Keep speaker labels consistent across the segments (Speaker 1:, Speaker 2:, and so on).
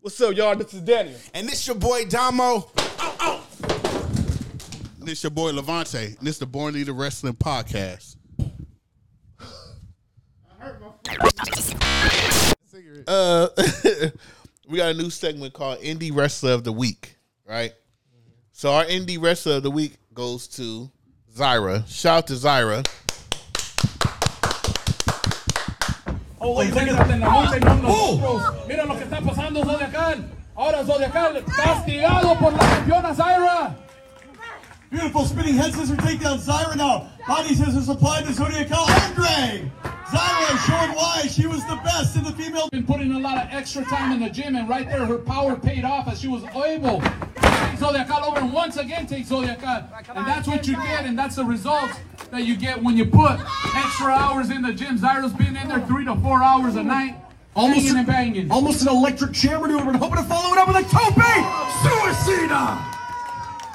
Speaker 1: What's up, y'all? This is Daniel.
Speaker 2: And this your boy Damo.
Speaker 3: And it's your boy Levante. And it's the Born Leader Wrestling Podcast. Uh, we got a new segment called Indie Wrestler of the Week, right? So our Indie Wrestler of the Week goes to Zyra. Shout out to Zyra.
Speaker 4: Usted que está en la lucha y Oh, no Oh. nosotros. Mira lo que está pasando, Zodiacal. Ahora Zodiacal castigado por la campeona Zyra.
Speaker 5: Beautiful spinning head scissor takedown. Zyra now. Body scissors applied to Zodiacal and drag. Zyra is showing why she was the best in the female.
Speaker 4: Been putting a lot of extra time in the gym, and right there, her power paid off as she was able to take Zodiacal over and once again take Zodiacal. And that's what you get, and that's the results that you get when you put extra hours in the gym. Zyra's been in there three to four hours a night, almost and banging.
Speaker 5: Almost an electric chair maneuver, and hoping to follow it up with a tope. Suicida.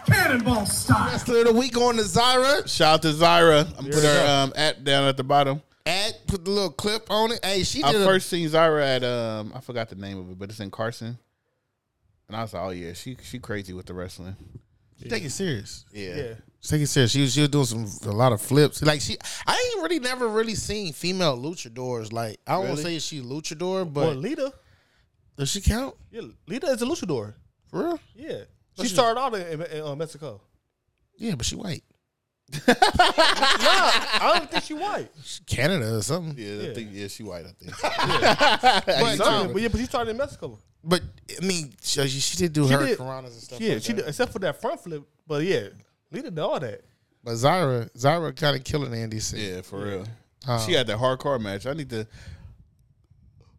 Speaker 5: Cannonball style.
Speaker 3: Wrestler of the Week going to Zyra. Shout out to Zyra. I'm putting her um, at down at the bottom.
Speaker 2: At put the little clip on it. Hey, she
Speaker 3: I
Speaker 2: did
Speaker 3: first seen Zyra at um I forgot the name of it, but it's in Carson. And I was like, oh yeah, she she crazy with the wrestling.
Speaker 2: a, take it serious.
Speaker 3: Yeah.
Speaker 2: Take it serious. She was, she was doing some a lot of flips. Like she, I ain't really never really seen female luchadors. Like I don't want to say she luchador, but
Speaker 1: Well, Lita.
Speaker 2: does she count
Speaker 1: Yeah, Lita is a luchador.
Speaker 2: for real?
Speaker 1: Yeah. She started out in, in, uh, Mexico.
Speaker 2: Yeah, but she white,
Speaker 1: I don't think she white.
Speaker 2: she Canada or something.
Speaker 3: Yeah, I think yeah, she white, I think.
Speaker 1: But, but yeah, but she started in Mexico.
Speaker 2: But I mean, she, uh, she did do
Speaker 1: She
Speaker 2: her
Speaker 1: did-
Speaker 2: Karanas and stuff.
Speaker 1: Yeah,
Speaker 2: like
Speaker 1: she
Speaker 2: that.
Speaker 1: did, except for that front flip. But yeah, Lita did all that.
Speaker 2: But Zyra, Zyra kind of killing Andy C.
Speaker 3: Yeah, for real. she had that hardcore match. I need to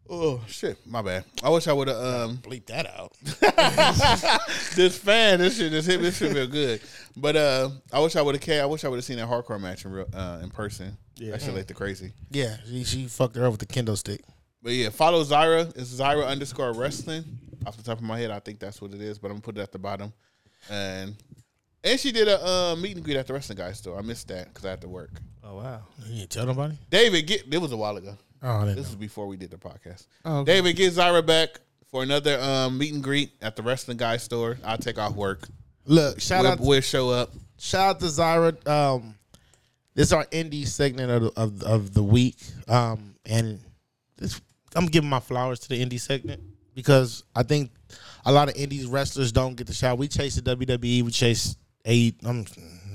Speaker 3: Oh shit, my bad. I wish I would have um
Speaker 2: Bleep that out.
Speaker 3: this fan, this shit this hit this shit real good. But uh I wish I would have came. I wish I would have seen that hardcore match in real uh in person. Yeah. That shit like the crazy.
Speaker 2: Yeah, she, she fucked her up with the kendo stick.
Speaker 3: But yeah, follow Zyra. It's Zyra underscore wrestling. Off the top of my head, I think that's what it is, but I'm gonna put it at the bottom. And and she did a uh, meet and greet at the wrestling guy store. I missed that because I had to work.
Speaker 1: Oh wow.
Speaker 2: You didn't tell nobody.
Speaker 3: David, get it was a while ago.
Speaker 2: Oh, I didn't
Speaker 3: This
Speaker 2: know.
Speaker 3: is before we did the podcast.
Speaker 2: Oh, okay.
Speaker 3: David, get Zyra back for another um, meet and greet at the wrestling guy store. I'll take off work.
Speaker 2: Look, shout
Speaker 3: We'll,
Speaker 2: out,
Speaker 3: we'll show up.
Speaker 2: shout out to Zyra. Um, this is our indie segment of the, of, of the week. Um, and this, I'm giving my flowers to the indie segment because I think a lot of indies wrestlers don't get the shot. We chase the WWE, we chase A. E. I'm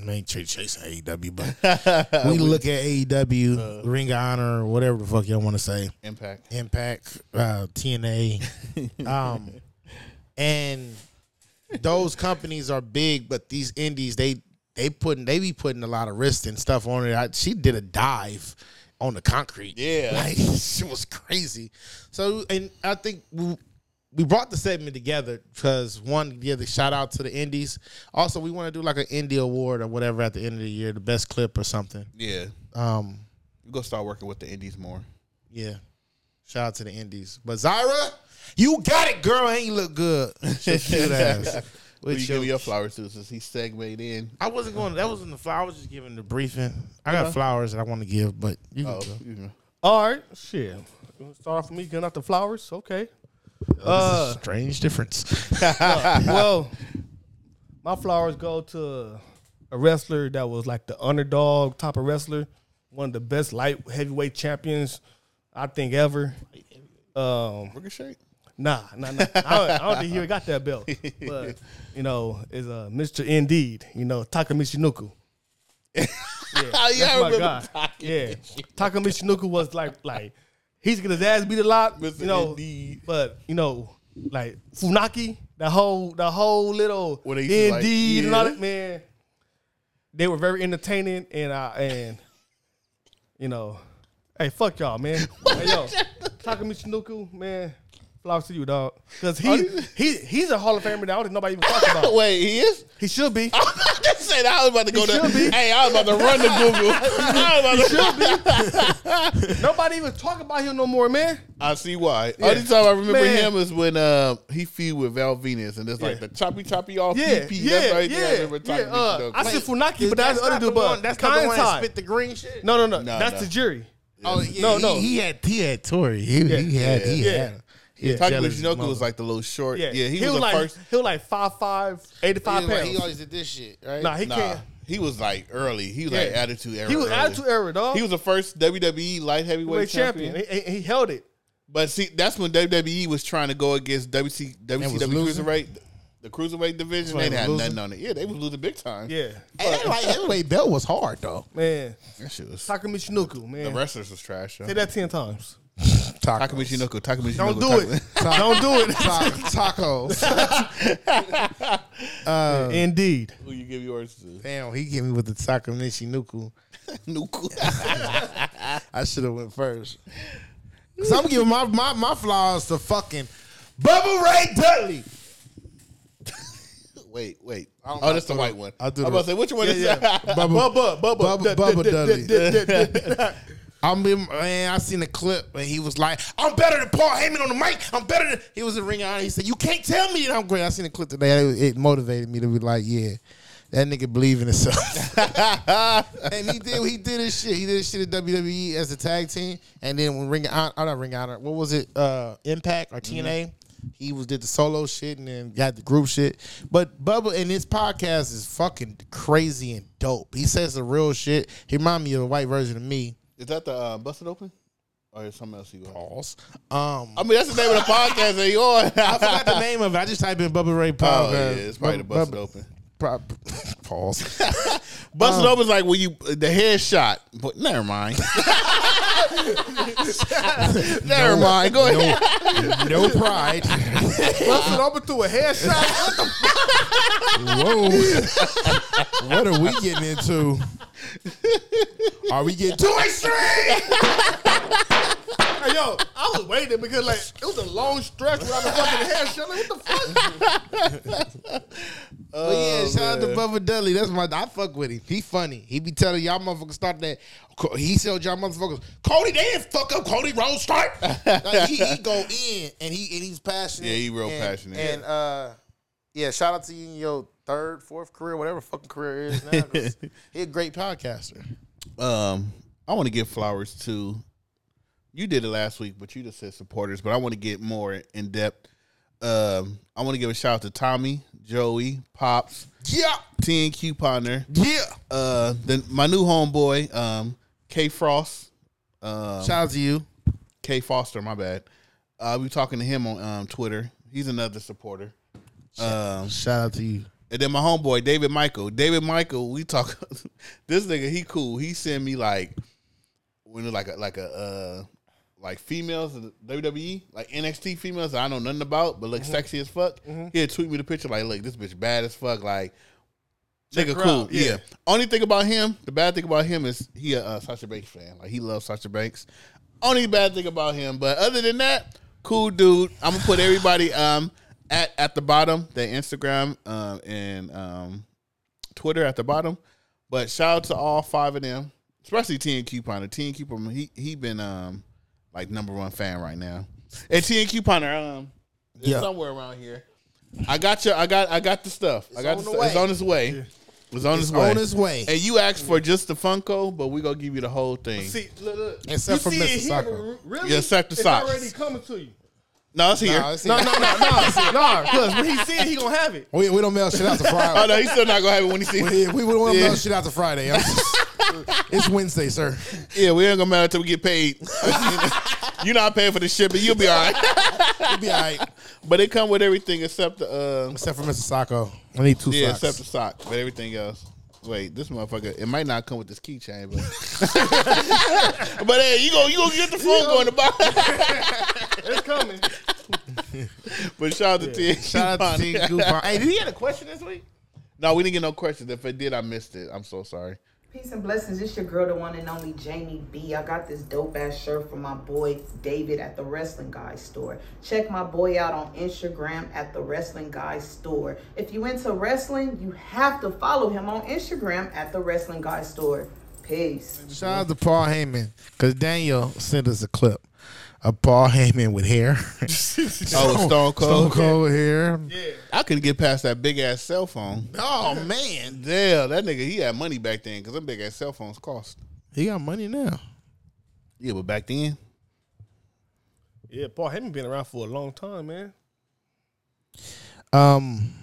Speaker 2: I ain't ch- chasing AEW, E but we look at AEW, Ring of Honor, whatever the fuck y'all want to say.
Speaker 3: Impact.
Speaker 2: Impact, uh, TNA, um, and those companies are big, but these indies they they putting they be putting a lot of risk and stuff on it. I, she did a dive on the concrete.
Speaker 3: Yeah.
Speaker 2: like she was crazy. So, and I think we, we brought the segment together because one, yeah, the shout out to the indies. Also, we want to do like an indie award or whatever at the end of the year, the best clip or something.
Speaker 3: Yeah.
Speaker 2: Um,
Speaker 3: We're gonna start working with the indies more.
Speaker 2: yeah. Shout out to the indies. But Zyra, you got it, girl. And you look good. With your cute ass.
Speaker 3: Who you
Speaker 2: With your-
Speaker 3: give your flowers to since he segued in?
Speaker 2: I wasn't going. That wasn't the flower. I was just giving the briefing. I got flowers that I want to give, but you can
Speaker 3: Oh,
Speaker 2: go.
Speaker 3: you know.
Speaker 1: All right, shit. You wanna Start off with me getting out the flowers. Okay.
Speaker 2: This is a strange difference.
Speaker 1: well, my flowers go to a wrestler that was like the underdog type of wrestler, one of the best light heavyweight champions I think ever. Um,
Speaker 3: Ricochet.
Speaker 1: Nah, nah, nah. I don't, I don't think he even got that belt. But you know, is uh, Mr. Indeed, you know, Taka Michinoku.
Speaker 3: Oh, yeah, I
Speaker 1: My
Speaker 3: remember
Speaker 1: God. Yeah. Taka Michinoku was like like he's getting his ass beat a lot.
Speaker 3: Mr.
Speaker 1: You know,
Speaker 3: Indeed.
Speaker 1: but you know, like Funaki, that whole that whole little
Speaker 3: What they used
Speaker 1: Indeed
Speaker 3: to like,
Speaker 1: and all
Speaker 3: yeah.
Speaker 1: that man. They were very entertaining and uh and you know, hey fuck y'all man. hey, yo, Taka Michinoku, man, flowers to you, dog. Cause he he he's a Hall of Famer that I don't think nobody even talks about.
Speaker 3: Wait, he is?
Speaker 1: He should be.
Speaker 3: I said I was about to go
Speaker 1: He
Speaker 3: to.
Speaker 1: should be.
Speaker 3: Hey, I was about to run to Google. I, was about to,
Speaker 1: Nobody even talk about him no more, man.
Speaker 3: I see why. Only time I remember
Speaker 1: Man.
Speaker 3: him is when uh, he feud with Val Venus, and it's like the
Speaker 1: Yeah.
Speaker 3: choppy choppy off
Speaker 1: Yeah,
Speaker 3: PP.
Speaker 1: yeah,
Speaker 3: that's right
Speaker 1: yeah,
Speaker 3: there. I remember
Speaker 1: yeah.
Speaker 3: talking
Speaker 1: Uh, I
Speaker 3: to
Speaker 1: said Funaki, but that's the other dude. But
Speaker 2: That's not the one that
Speaker 1: Kaintai.
Speaker 2: spit the green shit.
Speaker 1: No, no, no.
Speaker 3: No,
Speaker 1: that's
Speaker 3: no.
Speaker 1: the jury.
Speaker 2: oh, yeah,
Speaker 1: No,
Speaker 2: he,
Speaker 1: no.
Speaker 2: He had he had Tori. He, he had he
Speaker 1: yeah.
Speaker 2: had he Yeah,
Speaker 3: Taka
Speaker 2: jealous
Speaker 3: Michinoku was
Speaker 2: mother.
Speaker 3: like the little short. Yeah, he, was, the
Speaker 1: like
Speaker 3: first.
Speaker 1: he was like five five, eighty five
Speaker 6: He, like, he
Speaker 1: pounds.
Speaker 6: always did this shit, right?
Speaker 1: nah, he
Speaker 3: nah,
Speaker 1: can't.
Speaker 3: he was like early. He was like
Speaker 1: Yeah.
Speaker 3: attitude era.
Speaker 1: He was
Speaker 3: early.
Speaker 1: attitude era dog.
Speaker 3: He was the first WWE light heavyweight
Speaker 1: Heavyweight
Speaker 3: champion.
Speaker 1: champion. He, he- he held it.
Speaker 3: But see, that's when WWE was trying to go against WC, WCW
Speaker 2: was losing?
Speaker 3: cruiserweight, the cruiserweight division.
Speaker 2: why
Speaker 3: They
Speaker 2: they
Speaker 3: had
Speaker 2: was
Speaker 3: nothing
Speaker 2: losing?
Speaker 3: on it. Yeah, they was losing big time.
Speaker 1: Yeah,
Speaker 2: Hey, that like heavyweight belt was hard though.
Speaker 1: man.
Speaker 3: that shit was.
Speaker 1: Takamichinuku,
Speaker 3: The
Speaker 1: man.
Speaker 3: wrestlers was trash. Though.
Speaker 1: Say that ten times.
Speaker 3: Takamichinoku, Takamichinoku.
Speaker 1: Don't do
Speaker 3: Taka-
Speaker 1: it. Don't do it.
Speaker 2: tacos.
Speaker 1: Indeed.
Speaker 3: Who you give yours to?
Speaker 2: Damn, he hit me with the taco nuku. I should have went first. So I'm giving my, my my flowers to fucking Bubba Ray Dudley.
Speaker 3: wait, wait. Oh, that's the white one.
Speaker 2: I'll
Speaker 3: I'm
Speaker 2: do the-
Speaker 3: about to say which one is that?
Speaker 2: Bubba, Bubba, Bubba, Bubba Dudley.
Speaker 1: Dudley.
Speaker 2: I'm in, man. I seen the clip and he was like, "I'm better than Paul Heyman on the mic. I'm better than." He was a ring out. He said, "You can't tell me that I'm great." I seen the clip today. It, it motivated me to be like, "Yeah, that nigga believe in himself." and he did. He did his shit. He did his shit at WWE E as a tag team, and then when ring out, I'm not ring out. What was it? Uh, Impact or TNA? He was did the solo shit and then got the group shit. But Bubba in his podcast is fucking crazy and dope. He says the real shit. He remind me of a white version of me.
Speaker 3: Is that the uh, busted open? Or is something else you got?
Speaker 2: Balls. Um,
Speaker 3: I mean, that's the name of the podcast that you on.
Speaker 2: I forgot the name of it. I just typed in Bubba Ray Paul.
Speaker 3: Oh, yeah, it's probably the busted open.
Speaker 2: Open. Pause.
Speaker 3: Busted open's like when you uh, the headshot. But never mind. never mind. Go ahead.
Speaker 2: no pride.
Speaker 1: Busted open through a headshot.
Speaker 2: Whoa. what are we getting into? Are we getting too extreme?
Speaker 1: Hey, yo, I was waiting because like it was a long stretch without a fucking headshot. Like, what the fuck?
Speaker 3: Oh,
Speaker 2: But yeah, shout out to Bubba Dudley. That's my. I fuck with him. He funny. He be telling y'all motherfuckers start that. Co- He told y'all motherfuckers, Cody, they didn't fuck up Cody Rhodes start. like he, he go in and he and he's passionate.
Speaker 3: Yeah, he real
Speaker 2: And-
Speaker 3: passionate.
Speaker 2: And uh, yeah, shout out to you in your third, fourth career, whatever fucking career it is now. 'cause he a great podcaster.
Speaker 3: um, I want to give flowers to. You did it last week, but you just said supporters. But I want to get more in depth. Um, I want to give a shout out to Tommy, Joey, Pops,
Speaker 2: Yeah,
Speaker 3: Ten Couponer,
Speaker 2: yeah.
Speaker 3: uh, then my new homeboy, um, K Frost, um,
Speaker 2: Shout out to you.
Speaker 3: K Foster. My bad. Uh, we were talking to him on um, Twitter. He's another supporter. Um,
Speaker 2: Shout out to you.
Speaker 3: And then my homeboy David Michael. David Michael, we talk. this nigga, he cool. He send me like when it like a, like a uh like females in the WWE, like NXT females that I know nothing about, but look sexy as fuck. He'll tweet me the picture like, look, this bitch bad as fuck. Like, nigga,
Speaker 1: her
Speaker 3: cool.
Speaker 1: out,
Speaker 3: Yeah.
Speaker 1: yeah.
Speaker 3: Only thing about him, the bad thing about him is he a uh, Sasha Banks fan. Like he loves Sasha Banks. Only bad thing about him, but other than that, cool dude. I'm gonna put everybody um at at the bottom, their Instagram um and um Twitter at the bottom. But shout out to all five of them, especially T and Couponer. T and Couponer, he he been um like number one fan right now. And T and Couponer, um, is
Speaker 2: Yeah.
Speaker 3: somewhere around here. I got your, I got, I got the stuff. I got
Speaker 2: on
Speaker 3: the
Speaker 2: the
Speaker 3: stu- It's
Speaker 2: way.
Speaker 3: on its way. It's on its,
Speaker 2: It's
Speaker 3: way.
Speaker 2: on its way.
Speaker 3: And you asked for just the Funko, but we gonna give you the whole thing.
Speaker 1: See, look, look.
Speaker 2: Except for
Speaker 1: you see it here,
Speaker 2: Mississauga.
Speaker 1: but really?
Speaker 3: Yeah, except the
Speaker 1: it's
Speaker 3: socks.
Speaker 1: already coming to you.
Speaker 3: no, it's here.
Speaker 2: Nah, it's
Speaker 1: No,
Speaker 2: here.
Speaker 1: no, no, no, no. Because when he see it, he gonna have it.
Speaker 2: We, we don't mail shit out to
Speaker 3: oh
Speaker 2: Friday.
Speaker 3: no, he's still not gonna have it when he
Speaker 2: we,
Speaker 3: sees.
Speaker 2: we don't
Speaker 3: Yeah.
Speaker 2: mail shit out to Friday. I'm just- it's Wednesday, sir.
Speaker 3: yeah, we ain't gonna matter until we get paid. You're not paying for the shipping. You'll be all right.
Speaker 2: We'll be all right.
Speaker 3: but it come with everything except the. Uh,
Speaker 2: Except for Mr. Sacco. I need two
Speaker 3: Yeah,
Speaker 2: socks.
Speaker 3: except the sock, but everything else. Wait, this motherfucker. It might not come with this keychain, but but hey, you go, you gonna get the phone going to buy.
Speaker 1: It's coming.
Speaker 3: but shout out to T.
Speaker 2: Shout out to T. Coupon. Hey, did he get a question?
Speaker 3: No, we didn't get no questions. If it did, I missed it. I'm so sorry.
Speaker 7: Peace and blessings. It's your girl, the one and only Jamie B. I got this dope ass shirt from my boy David at the Wrestling Guy store. Check my boy out on Instagram at the Wrestling Guy store. If you into wrestling, you have to follow him on Instagram at the Wrestling Guy store. Peace.
Speaker 2: Shout out to Paul Heyman. Because Daniel sent us a clip of Paul Heyman with hair.
Speaker 3: Oh, with Stone Cold.
Speaker 2: Stone Cold with hair.
Speaker 3: I couldn't get past that big ass cell phone.
Speaker 2: Oh, man.
Speaker 3: Damn, that nigga, he had money back then because them big ass cell phones cost.
Speaker 2: He got money now.
Speaker 3: Yeah, but back then,
Speaker 1: Yeah, Paul Heyman been around for a long time, man.
Speaker 2: Um,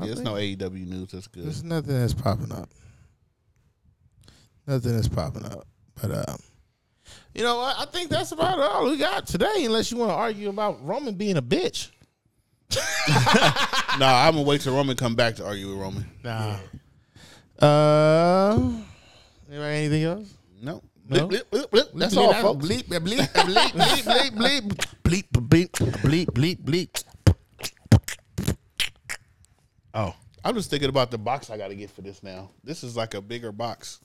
Speaker 3: Yeah, it's no AEW news. That's good.
Speaker 2: there's nothing that's popping up. Nothing that's popping up. But um, you know, what? I think that's about all we got today. Unless you want to argue about Roman being a bitch.
Speaker 3: No, nah, I'm gonna wait till Roman come back to argue with Roman.
Speaker 2: Nah. Uh, anybody anything else?
Speaker 3: No,
Speaker 2: No?
Speaker 3: Bleep, bleep, bleep, bleep. that's all, folks.
Speaker 2: Bleep, bleep, bleep, bleep, bleep, bleep, bleep, bleep, bleep, bleep, bleep. Oh,
Speaker 3: I'm just thinking about the box I got to get for this now. This is like a bigger box.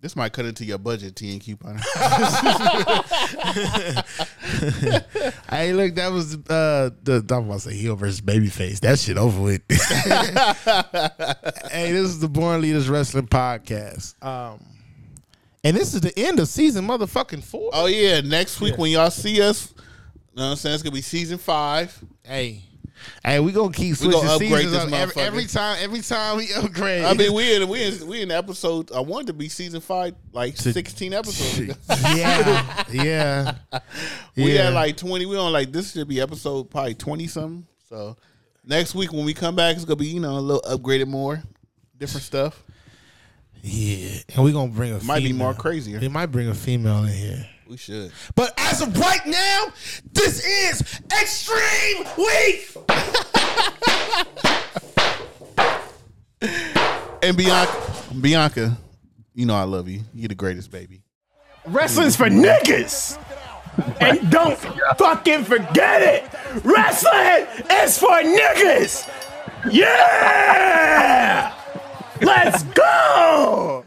Speaker 3: This might cut into your budget, T and coupon.
Speaker 2: hey, look, that was uh, the I'm about to say heel versus babyface. That shit over with. hey, this is the Born Leaders Wrestling Podcast. Um, and this is the end of season motherfucking four.
Speaker 3: oh yeah, next week when y'all see us, you know what I'm saying it's gonna be season five.
Speaker 2: Hey. Hey, we gonna keep
Speaker 3: We
Speaker 2: switching
Speaker 3: gonna upgrade
Speaker 2: seasons
Speaker 3: this
Speaker 2: up every,
Speaker 3: motherfucker.
Speaker 2: every time. Every time we upgrade,
Speaker 3: I mean, we in we in we in episode. I wanted to be season five, like
Speaker 2: To-
Speaker 3: 16 episodes. ago.
Speaker 2: yeah, yeah.
Speaker 3: We
Speaker 2: yeah.
Speaker 3: had like 20. We on like this should be episode probably 20 something. So next week when we come back, it's gonna be you know a little upgraded more, different stuff.
Speaker 2: yeah, and we gonna bring a
Speaker 3: Might be
Speaker 2: female.
Speaker 3: more crazier.
Speaker 2: We might bring a female in here.
Speaker 3: We should.
Speaker 2: But as of right now, this is Extreme Week.
Speaker 3: And Bianca, Bianca, you know I love you. You're the greatest, baby.
Speaker 6: Wrestling's for niggas. And don't fucking forget it. Wrestling is for niggas. Yeah. Let's go.